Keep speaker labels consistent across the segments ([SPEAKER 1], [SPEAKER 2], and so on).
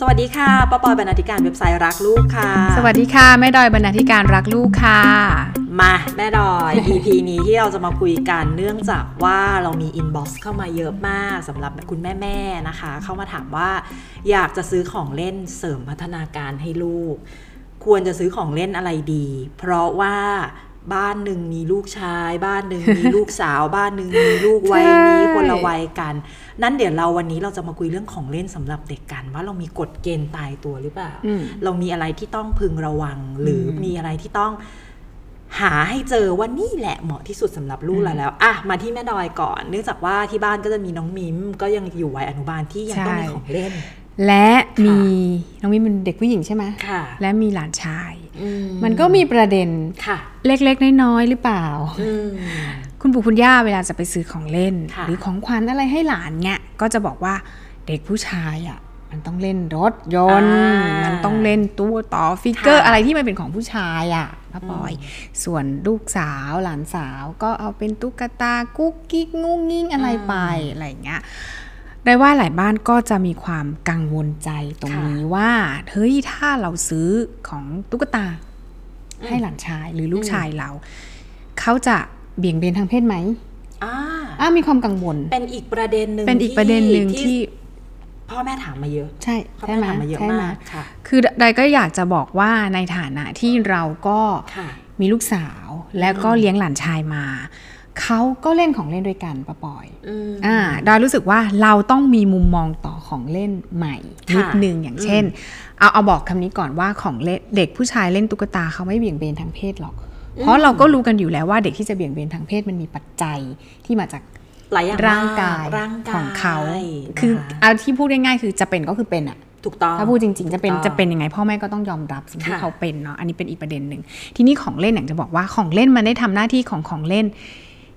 [SPEAKER 1] สวัสดีค่ะปอปอบรรณาธิการเว็บไซต์รักลูกค่ะ
[SPEAKER 2] สวัสดีค่ะแม่ดอยบรรณาธิการรักลูกค่ะ
[SPEAKER 1] มาแม่ดอย EP นี้ที่เราจะมาคุยกันเนื่องจากว่าเรามีอินบ็อกซ์เข้ามาเยอะมากสำหรับคุณแม่ๆนะคะ เข้ามาถามว่า อยากจะซื้อของเล่นเสริมพัฒนาการให้ลูก ควรจะซื้อของเล่นอะไรดี เพราะว่าบ้านหนึ่งมีลูกชาย บ้านหนึ่งมีลูกสาว บ้านหนึ่งมีลูกวัยนี้คนละวัยกัน นั่นเดี๋ยวเราวันนี้เราจะมาคุยเรื่องของเล่นสำหรับเด็กกัน ว่าเรามีกฎเกณฑ์ตายตัวหรือเปล่า
[SPEAKER 2] อืม
[SPEAKER 1] เรามีอะไรที่ต้องพึงระวัง หรืออ
[SPEAKER 2] ม
[SPEAKER 1] มีอะไรที่ต้องหาให้เจอว่านี่แหละเหมาะที่สุดสำหรับลูก
[SPEAKER 2] อืม
[SPEAKER 1] เราแล้วอ่ะมาที่แม่ดอยก่อน เนื่องจากว่าที่บ้านก็จะมีน้องมิมก็ยังอยู่วัยอนุบาลที่ยังต้องมี
[SPEAKER 2] ใช่
[SPEAKER 1] ของเล่น
[SPEAKER 2] และ
[SPEAKER 1] ค่ะ
[SPEAKER 2] มีน้องมิ้นเป็นเด็กผู้หญิงใช่ไหม
[SPEAKER 1] ค่ะ
[SPEAKER 2] และมีหลานชาย
[SPEAKER 1] อื
[SPEAKER 2] มันก็มีประเด็น
[SPEAKER 1] ค่ะ
[SPEAKER 2] เล็กๆน้อยๆหรือเปล่า
[SPEAKER 1] อืม
[SPEAKER 2] คุณปู่คุณย่าเวลาจะไปซื้อของเล่น
[SPEAKER 1] ค่ะ
[SPEAKER 2] หรือของขวัญอะไรให้หลานเนี่ยก็จะบอกว่าเด็กผู้ชายอ่ะมันต้องเล่นรถยนต์
[SPEAKER 1] อ่ามั
[SPEAKER 2] มันต้องเล่นตู้ต่อฟิกเกอร์
[SPEAKER 1] ค่ะ
[SPEAKER 2] อะไรที่มันเป็นของผู้ชายอ่ะป้าปอย
[SPEAKER 1] อืม
[SPEAKER 2] ส่วนลูกสาวหลานสาวก็เอาเป็นตุ๊กตากุ๊กกิ๊กงุ้งงิ้งอะไรไป
[SPEAKER 1] อืม
[SPEAKER 2] อะไรอย่างเงี้ยได้ว่าหลายบ้านก็จะมีความกังวลใจตรง
[SPEAKER 1] ค่ะ
[SPEAKER 2] นี้ว่าเฮ้ยถ้าเราซื้อของตุ๊กตา
[SPEAKER 1] อืม
[SPEAKER 2] ให้หลานชายหรือลูก
[SPEAKER 1] อืม
[SPEAKER 2] ชายเรา เขาจะเบี่ยงเบนทางเพศไหม
[SPEAKER 1] อ่า
[SPEAKER 2] อ่ะมีความกังวล
[SPEAKER 1] เป็นอีกประเด็นหนึ่ง
[SPEAKER 2] เป็นอีกประเด็นหนึ่งที่
[SPEAKER 1] พ่อแม่ถามมาเยอะ
[SPEAKER 2] ใช่
[SPEAKER 1] พ่อ
[SPEAKER 2] ใช่
[SPEAKER 1] แม่
[SPEAKER 2] ไหม
[SPEAKER 1] ถามมาเยอะ
[SPEAKER 2] ใช่ไหม
[SPEAKER 1] มากค่ะ
[SPEAKER 2] คือใดก็อยากจะบอกว่าในฐานะที่เราก็
[SPEAKER 1] ค่ะ
[SPEAKER 2] มีลูกสาวแล้วก็เลี้ยงหลานชายมา เขาก็เล่นของเล่นด้วยกันปะปอย
[SPEAKER 1] อืม
[SPEAKER 2] อ่าดอยรู้สึกว่าเราต้องมีมุมมองต่อของเล่นใหม่นิด
[SPEAKER 1] ค่ะ
[SPEAKER 2] นึงอย่างเช่น เอาเอาบอกคำนี้ก่อนว่าของเล่นเด็กผู้ชายเล่นตุ๊กตาเขาไม่เบี่ยงเบนทางเพศหรอก
[SPEAKER 1] อืม
[SPEAKER 2] เพราะเราก็รู้กันอยู่แล้วว่าเด็กที่จะเบี่ยงเบนทางเพศมันมีปัจจัยที่มาจาก
[SPEAKER 1] หลายอย่างม
[SPEAKER 2] ร่างกาย
[SPEAKER 1] ร่างกาย
[SPEAKER 2] ของเขา
[SPEAKER 1] นะะ
[SPEAKER 2] คือเอาที่พูดง่ายๆ คือจะเป็นก็คือเป็นอะ
[SPEAKER 1] ถูกต้อง
[SPEAKER 2] ถ้าพูดจริงๆ จะเป็น
[SPEAKER 1] ถูกต้อง
[SPEAKER 2] จะเป็นยังไงพ่อแม่ก็ต้องยอมรับสิ่งที่
[SPEAKER 1] ค่ะ
[SPEAKER 2] เขาเป็นเนาะ อันนี้เป็นอีกประเด็นหนึ่ง ทีนี้ของเล่นอย่างจะบอกว่าของเล่นมันได้ทำหน้าที่ของของเล่น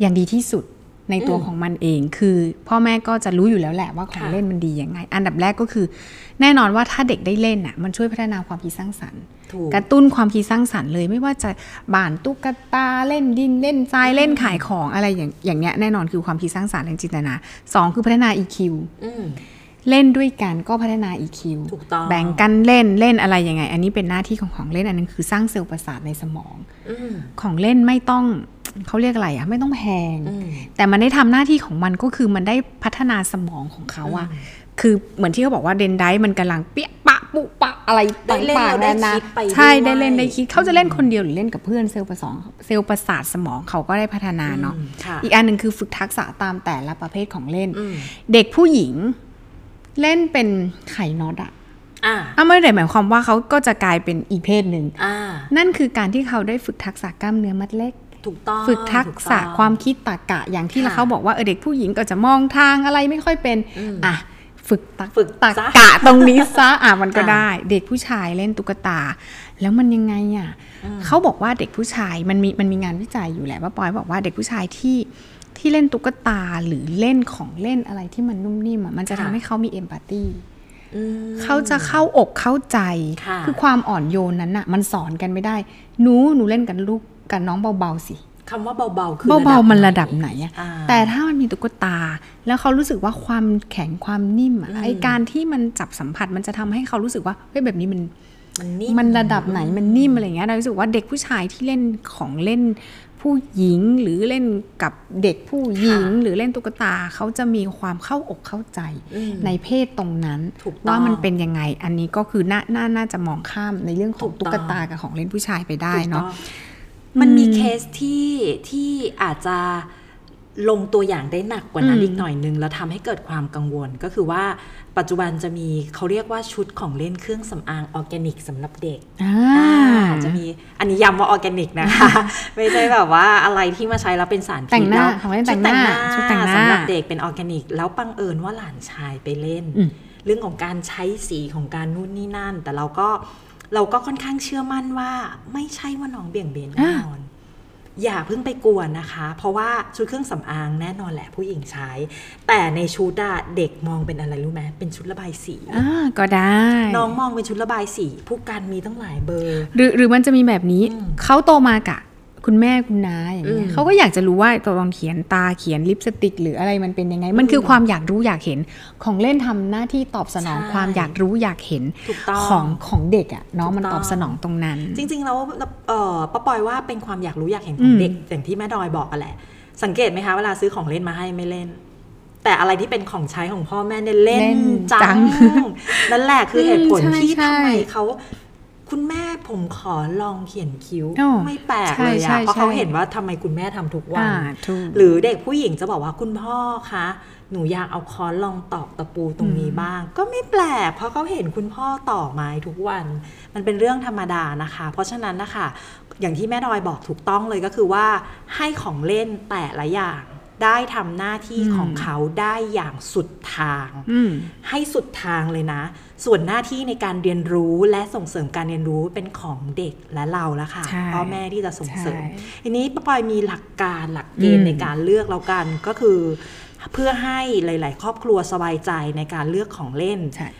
[SPEAKER 2] อย่างดีที่สุดในตัว
[SPEAKER 1] อืม
[SPEAKER 2] ของมันเอง คือ พ่อแม่ก็จะรู้อยู่แล้วแหละว่าของ
[SPEAKER 1] ค่ะ
[SPEAKER 2] เล่นมันดียังไง อันดับแรกก็คือ แน่นอนว่าถ้าเด็กได้เล่นอะมันช่วยพัฒนาความคิดสร้างสรรค์
[SPEAKER 1] ถูก
[SPEAKER 2] กระตุ้นความคิดสร้างสรรค์เลยไม่ว่าจะบ่านตุ๊กตาเล่นดินเล่นทรายเล่นขายของอะไรอย่างอย่างเนี้ยแน่นอนคือความคิดสร้างสรรค์เรื่องจินตนาสองคือพัฒนา EQ
[SPEAKER 1] อืม
[SPEAKER 2] เล่นด้วยกันก็พัฒนา EQ
[SPEAKER 1] ถูกต้อง
[SPEAKER 2] แบ่งกันเล่นเล่นอะไรยังไง อันนี้เป็นหน้าที่ของของเล่นอันนึงคือสร้างเซลล์ประสาทในสมอง
[SPEAKER 1] อืม
[SPEAKER 2] ของเล่นไม่ต้องเขาเรียกอะไรอะไม่ต้องแพง
[SPEAKER 1] อืม
[SPEAKER 2] แต่มันได้ทำหน้าที่ของมันก็คือมันได้พัฒนาสมองของเขาอะ
[SPEAKER 1] อืม
[SPEAKER 2] คือเหมือนที่เขาบอกว่าเดนไดมันกำลังเปี้ยปะปุปะอะไร
[SPEAKER 1] ได้เล่น
[SPEAKER 2] ต่าง
[SPEAKER 1] แล้ว
[SPEAKER 2] ๆ
[SPEAKER 1] ได้
[SPEAKER 2] นานา
[SPEAKER 1] คิดไป
[SPEAKER 2] ใช่
[SPEAKER 1] ด้วย
[SPEAKER 2] ได้เล่นได้คิด
[SPEAKER 1] อืม
[SPEAKER 2] เขาจะเล่นคนเดียวหรือเล่นกับเพื่อนเซลล์ประสองเซลล์ประสาทสมองเขาก็ได้พัฒนาเนาะ
[SPEAKER 1] อืมค่ะ
[SPEAKER 2] อีกอันหนึ่งคือฝึกทักษะตามแต่ละประเภทของเล่น
[SPEAKER 1] อืม
[SPEAKER 2] เด็กผู้หญิงเล่นเป็นไข่น็อตอะ
[SPEAKER 1] อ่า
[SPEAKER 2] อ่ะไม่ได้หมายความว่าเขาก็จะกลายเป็นอีกเพศหนึ่ง
[SPEAKER 1] อ่า
[SPEAKER 2] นั่นคือการที่เขาได้ฝึกทักษะกล้ามเนื้อมัดเล็ก
[SPEAKER 1] ถูกต้อง
[SPEAKER 2] ฝึกทักษะ
[SPEAKER 1] ถูต้อง
[SPEAKER 2] ความคิดตรรกะอย่างที่
[SPEAKER 1] ค่ะ
[SPEAKER 2] เขาบอกว่าเออเด็กผู้หญิงก็จะมองทางอะไรไม่ค่อยเป็น
[SPEAKER 1] อืม
[SPEAKER 2] อ่ะฝึกตัก
[SPEAKER 1] ฝึก
[SPEAKER 2] ตรร
[SPEAKER 1] ซะ
[SPEAKER 2] กะตรงนี้ ซะอ่ะมันก็
[SPEAKER 1] อ่ะ
[SPEAKER 2] ได้ เด็กผู้ชายเล่นตุ๊กตา แล้วมันยังไงอ่ะ
[SPEAKER 1] อืม
[SPEAKER 2] เขาบอกว่าเด็กผู้ชายมันมีมันมีงานวิจัยอยู่แหละว่าปอยบอกว่าเด็กผู้ชายที่ที่เล่นตุ๊กตาหรือเล่นของเล่นอะไรที่มันนุ่มนิ่มอ่ะมันจะทำ
[SPEAKER 1] ค่ะ
[SPEAKER 2] ให้เขามีเอมพัตตี
[SPEAKER 1] อืม
[SPEAKER 2] เขาจะเข้าอกเข้าใจ
[SPEAKER 1] ค่ะ
[SPEAKER 2] อความอ่อนโยนนั้นอ่ะมันสอนกันไม่ได้หนูหนูเล่นกันลูกกับน้องเบาๆสิ
[SPEAKER 1] คำว่าเบาๆคือ
[SPEAKER 2] เบาๆมันระ
[SPEAKER 1] ไห
[SPEAKER 2] ดับไหนอะ
[SPEAKER 1] อ่า
[SPEAKER 2] แต่ถ้ามันมีตุ๊กตา แล้วเขารู้สึกว่าความแข็งความนิ่มอะ
[SPEAKER 1] อืม
[SPEAKER 2] ไอการที่มันจับสัมผัสมันจะทำให้เขารู้สึกว่าเฮ้ยแบบนี้มัน
[SPEAKER 1] มันนิ่ม
[SPEAKER 2] มันระดับไหนมันนิ่มอะไรเงี้ยเรารู้สึกว่าเด็กผู้ชายที่เล่นของเล่นผู้หญิงหรือเล่นกับเด็กผู้หญิง หรือเล่นตุ๊กตาเขาจะมีความเข้าอกเข้าใจ
[SPEAKER 1] อืม
[SPEAKER 2] ในเพศตรงนั้น
[SPEAKER 1] ถูกต้อง
[SPEAKER 2] ว่ามันเป็นยังไงอันนี้ก็คือน่าน่าน่าจะมองข้ามในเรื่องของ
[SPEAKER 1] ถู
[SPEAKER 2] ตุ๊
[SPEAKER 1] กต้อง
[SPEAKER 2] กตากับของเล่นผู้ชายไปได้
[SPEAKER 1] ถูกต้อ
[SPEAKER 2] เนาะ
[SPEAKER 1] งมันมี
[SPEAKER 2] อืม
[SPEAKER 1] เคสที่ที่อาจจะลงตัวอย่างได้หนักกว่านั้น
[SPEAKER 2] อืม
[SPEAKER 1] อีกหน่อยนึง แล้วทำให้เกิดความกังวลก็คือว่าปัจจุบันจะมีเขาเรียกว่าชุดของเล่นเครื่องสำอางออร์แกนิกสำหรับเด็ก อ่าจะมีอันนี้ย้ำว่าออร์แกนิกนะคะ ไม่ใช่แบบว่าอะไรที่มาใช้แล้วเป็นสารพิษ
[SPEAKER 2] แต่งหน้า
[SPEAKER 1] ล้ว
[SPEAKER 2] ของเล่นแต่งหน้า
[SPEAKER 1] ชุด
[SPEAKER 2] ชุดแต่
[SPEAKER 1] แต่ง
[SPEAKER 2] ง
[SPEAKER 1] ห
[SPEAKER 2] ห
[SPEAKER 1] น้า
[SPEAKER 2] น้า
[SPEAKER 1] สำหรับเด็กเป็นออร์แกนิก แล้วปังเอิญว่าหลานชายไปเล่น
[SPEAKER 2] อืม
[SPEAKER 1] เรื่องของการใช้สีของการนู่นนี่นั่น แต่เราก็เราก็ค่อนข้างเชื่อมั่นว่าไม่ใช่ว่าน้องเบี่ยงเบนแน่นอน อย่าเพิ่งไปกลัวนะคะ เพราะว่าชุดเครื่องสำอางแน่นอนแหละผู้หญิงใช้ แต่ในชุดอะเด็กมองเป็นอะไรรู้ไหมเป็นชุดระบายสี
[SPEAKER 2] อ่าก็ได้
[SPEAKER 1] น้องมองเป็นชุดระบายสีผู้กันมีตั้งหลายเบอร์
[SPEAKER 2] หรือหรือมันจะมีแบบนี้
[SPEAKER 1] อืม
[SPEAKER 2] เขาโตมากะ คุณแม่คุณน้าอย่างเงี้
[SPEAKER 1] อื
[SPEAKER 2] ย
[SPEAKER 1] ม
[SPEAKER 2] เขาก็อยากจะรู้ว่าตัวรองเขียนตาเขียนลิปสติก หรืออะไรมันเป็นยังไง มันคือความอยากรู้อยากเห็นของเล่นทำหน้าที่ตอบสนองความอยากรู้อยากเห็น
[SPEAKER 1] ถูกต้อง
[SPEAKER 2] ของของเด็กอะเนาะมัน
[SPEAKER 1] ถูกต้อง
[SPEAKER 2] ตอบสนองตรงนั้น
[SPEAKER 1] จริงๆแล้วเอ่อป้าปอยว่าเป็นความอยากรู้อยากเห็นของเด็กอย่างที่แม่ดอยบอกอะแหละ สังเกตไหมคะเวลาซื้อของเล่นมาให้ไม่เล่น แต่อะไรที่เป็นของใช้ของพ่อแม่เนี่ยเล่น
[SPEAKER 2] เล่นจั
[SPEAKER 1] จัง
[SPEAKER 2] ง
[SPEAKER 1] นั่นแหละคือเหตุผล
[SPEAKER 2] อืมใช่
[SPEAKER 1] ที่
[SPEAKER 2] ใช่
[SPEAKER 1] ทำไมเขาคุณแม่ผมขอลองเขียนคิ้ว
[SPEAKER 2] อ้อ
[SPEAKER 1] ไม่แปลกเลย
[SPEAKER 2] ใช่
[SPEAKER 1] อะ
[SPEAKER 2] ใช่
[SPEAKER 1] เพราะเขา
[SPEAKER 2] ใช่
[SPEAKER 1] เห็นว่าทำไมคุณแม่ทำทุกวั
[SPEAKER 2] อ่าน ถูก
[SPEAKER 1] หรือเด็กผู้หญิงจะบอกว่าคุณพ่อคะหนูอยากเอาค้อนลองตอกตะปูตรงนี้
[SPEAKER 2] อืม
[SPEAKER 1] บ้าง ก็ไม่แปลก เพราะเขาเห็นคุณพ่อต่อกไม้ทุกวัน มันเป็นเรื่องธรรมดานะคะ เพราะฉะนั้นนะคะ อย่างที่แม่ดอยบอกถูกต้องเลยก็คือว่า ให้ของเล่นแต่ละอย่างได้ทำหน้าที่ของเขาได้อย่างสุดทาง
[SPEAKER 2] อืม
[SPEAKER 1] ให้สุดทางเลยนะ ส่วนหน้าที่ในการเรียนรู้และส่งเสริมการเรียนรู้เป็นของเด็กและเราละค่ะ
[SPEAKER 2] ใช่
[SPEAKER 1] พ่อแม่ที่จะส่งเสริม
[SPEAKER 2] ใช่
[SPEAKER 1] ทีนี้ป้าปอยมีหลักการหลักเกณ
[SPEAKER 2] อื
[SPEAKER 1] ฑ์
[SPEAKER 2] ม
[SPEAKER 1] ในการเลือกแล้วกันก็คือ เพื่อให้หลาย ๆ ครอบครัวสบายใจในการเลือกของเล่น
[SPEAKER 2] ใช่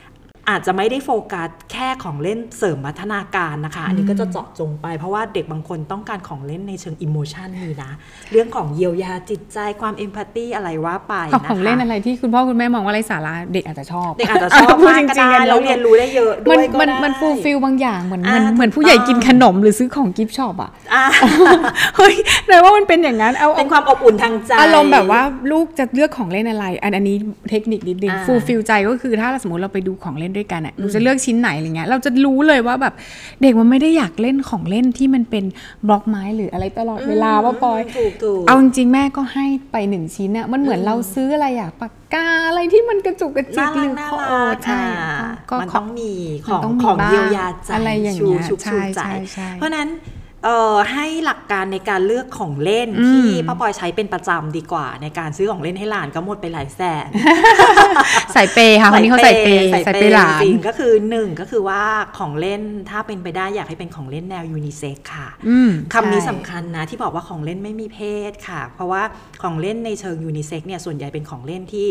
[SPEAKER 1] อาจจะไม่ได้โฟกัสแค่ของเล่นเสริมพัฒนาการนะคะ อันนี้ก็จะเจาะจงไปเพราะว่าเด็กบางคนต้องการของเล่นในเชิงอิโมชันนี่นะเรื่องของเยียวยาจิตใจความเอมพัตตีอะไรว่าไป
[SPEAKER 2] ของ
[SPEAKER 1] นะคะ
[SPEAKER 2] ของเล่นอะไรที่คุณพ่อคุณแม่มองว่าไร้สาระเด็กอาจจะชอบ
[SPEAKER 1] เด็กอาจจะชอบ
[SPEAKER 2] พูด
[SPEAKER 1] มาก
[SPEAKER 2] จ
[SPEAKER 1] ก็
[SPEAKER 2] ริง
[SPEAKER 1] ได้
[SPEAKER 2] ๆกัน
[SPEAKER 1] แล้วเรียนรู้ได้เยอะด้
[SPEAKER 2] มั
[SPEAKER 1] วน ยก็
[SPEAKER 2] มัน
[SPEAKER 1] ได้
[SPEAKER 2] มันฟูลฟิลบางอย่างเหมือน
[SPEAKER 1] อ่า
[SPEAKER 2] เหมือนเหมือนผู้ใหญ่
[SPEAKER 1] ถูกต้อง
[SPEAKER 2] กินขนมหรือซื้อของกิฟต์ช็อปอะ
[SPEAKER 1] อ่ะ
[SPEAKER 2] เฮ้ยแต่ว่ามันเป็นอย่างนั้นเอา
[SPEAKER 1] เป็
[SPEAKER 2] เอา
[SPEAKER 1] นความอบอุ่นทางใจ
[SPEAKER 2] อารมณ์แบบว่าลูกจะเลือกของเล่นอะไร อันอันนี้เทคนิคนิดนึง
[SPEAKER 1] อ่า
[SPEAKER 2] ฟูลฟิลใจก็คือถ้าสมมติเราไปดูของเล่นด้วยกันอ่ะลูกจะเลือกชิ้นไหนอะไรเงี้ยเราจะรู้เลยว่าแบบเด็กมันไม่ได้อยากเล่นของเล่นที่มันเป็นบล็อกไม้หรืออะไรตลอดเวลาว่าปอย
[SPEAKER 1] ถูกถูก
[SPEAKER 2] เอาจริงๆแม่ก็ให้ไปหนึ่งชิ้นอะมันเหมือนเราซื้ออะไรอยากปากกาอะไรที่มันกระจุกกระจิ
[SPEAKER 1] น่าก
[SPEAKER 2] ห
[SPEAKER 1] รั
[SPEAKER 2] รื
[SPEAKER 1] ก
[SPEAKER 2] อ
[SPEAKER 1] น่า
[SPEAKER 2] ขอ
[SPEAKER 1] รั
[SPEAKER 2] โอ้
[SPEAKER 1] ก
[SPEAKER 2] ใช่
[SPEAKER 1] อ่า
[SPEAKER 2] ก็
[SPEAKER 1] มัน
[SPEAKER 2] ข
[SPEAKER 1] ต้
[SPEAKER 2] อ
[SPEAKER 1] องมีข
[SPEAKER 2] มั
[SPEAKER 1] อน ง
[SPEAKER 2] ต้องมี
[SPEAKER 1] ของ
[SPEAKER 2] บ้าง
[SPEAKER 1] เยียวยาใจ
[SPEAKER 2] อะไรอย่าง
[SPEAKER 1] ชู
[SPEAKER 2] เงี้ย
[SPEAKER 1] ชุบชูใจ
[SPEAKER 2] ใช่ใช่
[SPEAKER 1] เพราะนั้นเอ่อให้หลักการในการเลือกของเล่น
[SPEAKER 2] อืม
[SPEAKER 1] ที่ป้าปอยใช้เป็นประจำดีกว่า ในการซื้อของเล่นให้หลานก็หมดไปหลายแสน
[SPEAKER 2] ใส่เปย์ค่ะคนนี้เขาใส่เปย์ใส่เปย์หลาน
[SPEAKER 1] จริงๆก็คือหนึ่งก็คือว่าของเล่นถ้าเป็นไปได้อยากให้เป็นของเล่นแนวยูนิเซ็กซ์ค่ะ
[SPEAKER 2] อืม
[SPEAKER 1] คำนี้
[SPEAKER 2] ใช่
[SPEAKER 1] สำคัญนะ ที่บอกว่าของเล่นไม่มีเพศค่ะ เพราะว่าของเล่นในเชิงยูนิเซ็กซ์เนี่ยส่วนใหญ่เป็นของเล่นที่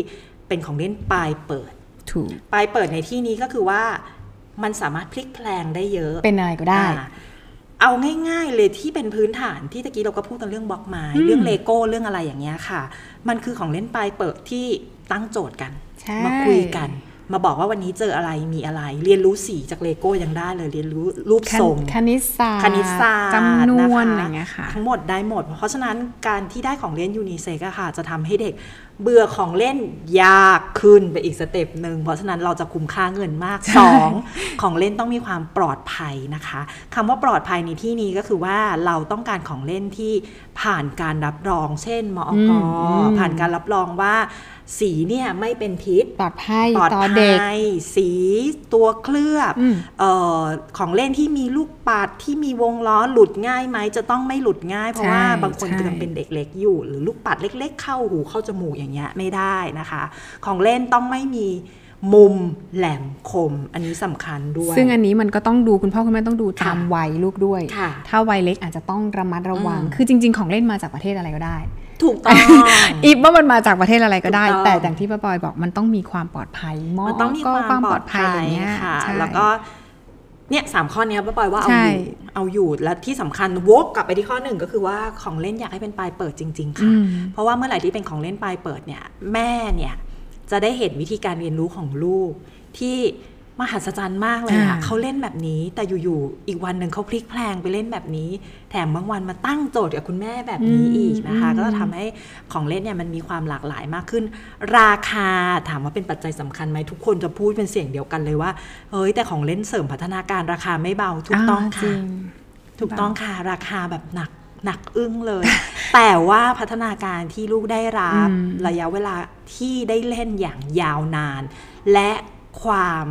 [SPEAKER 1] เป็นของเล่นปลายเปิด
[SPEAKER 2] ถูก
[SPEAKER 1] ปลายเปิดในที่นี้ก็คือว่ามันสามารถพลิกแพลงได้เยอะ
[SPEAKER 2] เป็นอะไรก็ได้
[SPEAKER 1] อ่าเอาง่ายๆเลยที่เป็นพื้นฐานที่ตะกี้เราก็พูดกันเรื่องบล็อกไม้
[SPEAKER 2] อืม
[SPEAKER 1] เรื่องเลโก้เรื่องอะไรอย่างเงี้ยค่ะ มันคือของเล่นปลายเปิดที่ตั้งโจทย์กัน
[SPEAKER 2] ใช่
[SPEAKER 1] มาคุยกัน มาบอกว่าวันนี้เจออะไรมีอะไร เรียนรู้สีจากเลโก้ยังได้เลยเรียนรู้รูป
[SPEAKER 2] คณิ
[SPEAKER 1] ทรง
[SPEAKER 2] คณิตศาสตร์
[SPEAKER 1] คณิตศาสตร์
[SPEAKER 2] จำนวน
[SPEAKER 1] ค
[SPEAKER 2] อะไรอย่างเงี้ยค่ะ
[SPEAKER 1] ทั้งหมดได้หมด เพราะฉะนั้นการที่ได้ของเล่นยูนิเซ็กอะค่ะ จะทำให้เด็กเบื่อของเล่นยากขึ้นไปอีกสเต็ปหนึ่งเพราะฉะนั้นเราจะคุ้มค่าเงินมากสองของเล่นต้องมีความปลอดภัยนะคะคำว่าปลอดภัยในที่นี้ก็คือว่าเราต้องการของเล่นที่ผ่านการรับรอง เช่นมอ
[SPEAKER 2] อื
[SPEAKER 1] ก
[SPEAKER 2] มอืม
[SPEAKER 1] ผ่านการรับรองว่า สีเนี่ยไม่เป็นพิษ
[SPEAKER 2] ปลอดภัย
[SPEAKER 1] ปลอด
[SPEAKER 2] ต่อ
[SPEAKER 1] ภั
[SPEAKER 2] เด็ก
[SPEAKER 1] ยสีตัวเคลือบ
[SPEAKER 2] อืม
[SPEAKER 1] เออของเล่นที่มีลูกปัดที่มีวงล้อหลุดง่ายไหมจะต้องไม่หลุดง่าย เพราะว่า
[SPEAKER 2] ใช่
[SPEAKER 1] บางคน
[SPEAKER 2] ใช่
[SPEAKER 1] กำลังเป็นเด็กเล็กอยู่ หรือลูกปัดเล็ก ๆ เข้าหูเข้าจมูกอย่างเงี้ยไม่ได้นะคะ ของเล่นต้องไม่มีมุมแหลมคม อันนี้สำคัญด้วย
[SPEAKER 2] ซึ่งอันนี้มันก็ต้องดูคุณพ่อคุณแม่ต้องดูตาม
[SPEAKER 1] ค่ะ
[SPEAKER 2] วัยลูกด้วย
[SPEAKER 1] ค่ะ
[SPEAKER 2] ถ้าวัยเล็กอาจจะต้องระมัดระวัง
[SPEAKER 1] อืม
[SPEAKER 2] คือจริง ๆ ของเล่นมาจากประเทศอะไรก็ได้
[SPEAKER 1] ถูกต้อง
[SPEAKER 2] อีฟว่ามันมาจากประเทศอะไรก็ได้
[SPEAKER 1] ถูกต้อง
[SPEAKER 2] แต่อย่างที่ป้าปอยบอกมันต้องมีความปลอดภัยหม
[SPEAKER 1] มันต้องมี
[SPEAKER 2] ก็
[SPEAKER 1] ความปลอดภัย
[SPEAKER 2] อะไรเงี้ย
[SPEAKER 1] ค่ะ
[SPEAKER 2] ใช่
[SPEAKER 1] แล้วก็เนี่ยสามข้อเนี้ยป้าปอยว่าเอา
[SPEAKER 2] ใช่
[SPEAKER 1] อยู่เอาอยู่และที่สำคัญวกกลับไปที่ข้อหนึ่งก็คือว่าของเล่นอยากให้เป็นปลายเปิดจริง ๆ
[SPEAKER 2] อื
[SPEAKER 1] ค่ะ
[SPEAKER 2] ม
[SPEAKER 1] เพราะว่าเมื่อไหร่ที่เป็นของเล่นปลายเปิดเนี่ยแม่เนี่ยจะได้เห็นวิธีการเรียนรู้ของลูก ที่มหัศจรรย์มากเลยอะ
[SPEAKER 2] อ่า
[SPEAKER 1] เขาเล่นแบบนี้ แต่อยู่ๆอีกวันหนึ่งเขาพลิกแพลงไปเล่นแบบนี้ แถมบางวันมาตั้งโจทย์กับคุณแม่แบบนี้อีกนะคะ ก็จะทำให้ของเล่นเนี่ยมันมีความหลากหลายมากขึ้น ราคาถามว่าเป็นปัจจัยสำคัญไหมทุกคนจะพูดเป็นเสียงเดียวกันเลยว่าเฮ้ยแต่ของเล่นเสริมพัฒนาการราคาไม่เบาถูกต้อง
[SPEAKER 2] จริ
[SPEAKER 1] ค่ะ
[SPEAKER 2] ง
[SPEAKER 1] ถูกต้องค่ะ ราคาแบบหนักหนักอึ้งเลย แต่ว่าพัฒนาการที่ลูกได้รับ
[SPEAKER 2] อืม
[SPEAKER 1] ระยะเวลาที่ได้เล่นอย่างยาวนาน และความ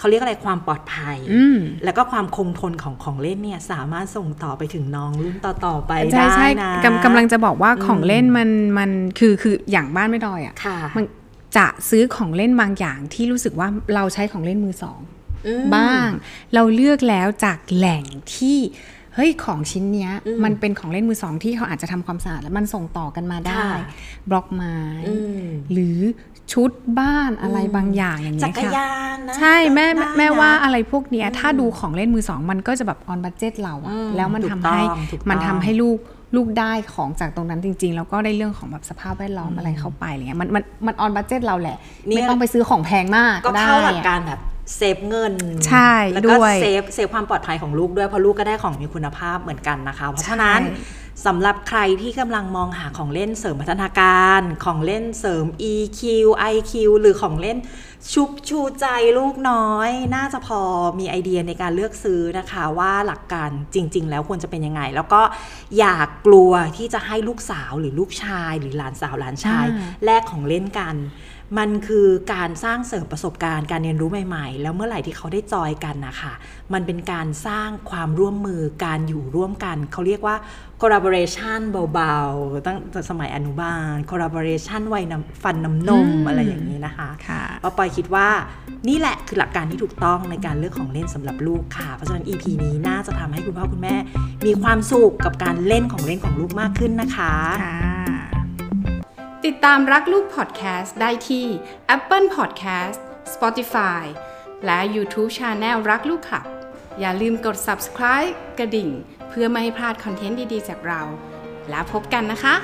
[SPEAKER 1] เขาเรียกอะไรความปลอดภัย
[SPEAKER 2] อืม
[SPEAKER 1] แล้วก็ความคงทนของของเล่นเนี่ยสามารถส่งต่อไปถึงน้องรุ่นต่อ ๆ ไป
[SPEAKER 2] ใช่
[SPEAKER 1] ได้
[SPEAKER 2] ใช่
[SPEAKER 1] นะ
[SPEAKER 2] กำกำลังจะบอกว่าของ
[SPEAKER 1] อืม
[SPEAKER 2] เล่นมันมันคือคืออย่างบ้านไม่ดอยอ่ะ
[SPEAKER 1] ค่ะ
[SPEAKER 2] มันจะซื้อของเล่นบางอย่างที่รู้สึกว่าเราใช้ของเล่นมือสอง
[SPEAKER 1] อืม
[SPEAKER 2] บ้างเราเลือกแล้วจากแหล่งที่เฮ้ยของชิ้นเนี้ย
[SPEAKER 1] อืม
[SPEAKER 2] มันเป็นของเล่นมือสองที่เขาอาจจะทำความสะอาดแล้วมันส่งต่อกันมาได้
[SPEAKER 1] ค่ะ
[SPEAKER 2] บล็อกไม้
[SPEAKER 1] อืม
[SPEAKER 2] หรือชุดบ้านอะไร
[SPEAKER 1] อืม
[SPEAKER 2] บางอย่างอย่าง
[SPEAKER 1] จักร
[SPEAKER 2] เงี้ยค่ะ
[SPEAKER 1] ยานนะ
[SPEAKER 2] ใช่แม่
[SPEAKER 1] ได้นะ
[SPEAKER 2] แม่ว่าอะไรพวกเนี้ย
[SPEAKER 1] อืม
[SPEAKER 2] ถ้าดูของเล่นมือสองมันก็จะแบบออนบั d เจ t เราอะ
[SPEAKER 1] อืม
[SPEAKER 2] แล้วมัน
[SPEAKER 1] ถูก
[SPEAKER 2] ทำให้
[SPEAKER 1] ต้องถูกต้อง
[SPEAKER 2] มันทำให้ลูก ลูกได้ของจากตรงนั้นจริง ๆ แล้วก็ได้เรื่องของแบบสภาพแวดล้อมอะไรเข้าไปอะไรเงี้ยมันมันมันออนบัจเจตเราแหละ
[SPEAKER 1] เนี่ย
[SPEAKER 2] ไม่ต้องไปซื้อของแพงมาก
[SPEAKER 1] ก็เข้าหลัก
[SPEAKER 2] ได้
[SPEAKER 1] การแบบเซฟเงิน
[SPEAKER 2] ใช่
[SPEAKER 1] แล้วก็
[SPEAKER 2] ด้วย
[SPEAKER 1] เซฟเซฟความปลอดภัยของลูกด้วยเพราะลูกก็ได้ของมีคุณภาพเหมือนกันนะคะ เพราะฉะนั้น
[SPEAKER 2] ใช่
[SPEAKER 1] สำหรับใครที่กำลังมองหาของเล่นเสริมพัฒนาการของเล่นเสริม EQ IQ หรือของเล่นชุบชูใจลูกน้อย น่าจะพอมีไอเดียในการเลือกซื้อนะคะ ว่าหลักการจริง ๆ แล้วควรจะเป็นยังไง แล้วก็อย่ากกลัวที่จะให้ลูกสาวหรือลูกชาย หรือหลานสาวหลานชาย
[SPEAKER 2] อ่า
[SPEAKER 1] แลกของเล่นกัน มันคือการสร้างเสริมประสบการณ์การเรียนรู้ใหม่ ๆ แล้วเมื่อไหร่ที่เขาได้จอยกันนะคะมันเป็นการสร้างความร่วมมือการอยู่ร่วมกัน เขาเรียกว่า collaboration เบาๆ ตั้งแต่สมัยอนุบาล collaboration วัยน้ำฟันน้ำนม
[SPEAKER 2] อืม
[SPEAKER 1] อะไรอย่างนี้นะคะ
[SPEAKER 2] ค่ะ
[SPEAKER 1] ปอปอยคิดว่านี่แหละคือหลักการที่ถูกต้องในการเลือกของเล่นสำหรับลูกค่ะ เพราะฉะนั้น EP นี้น่าจะทำให้คุณพ่อคุณแม่ มีความสุขกับการเล่นของเล่นของลูกมากขึ้นนะคะ
[SPEAKER 3] ติดตามรักลูกพอดแคสต์ได้ที่ Apple Podcast Spotify และ YouTube Channel รักลูกคลับ อย่าลืมกด subscribe กระดิ่ง เพื่อไม่ให้พลาดคอนเทนต์ดี ๆ จากเรา แล้วพบกันนะคะ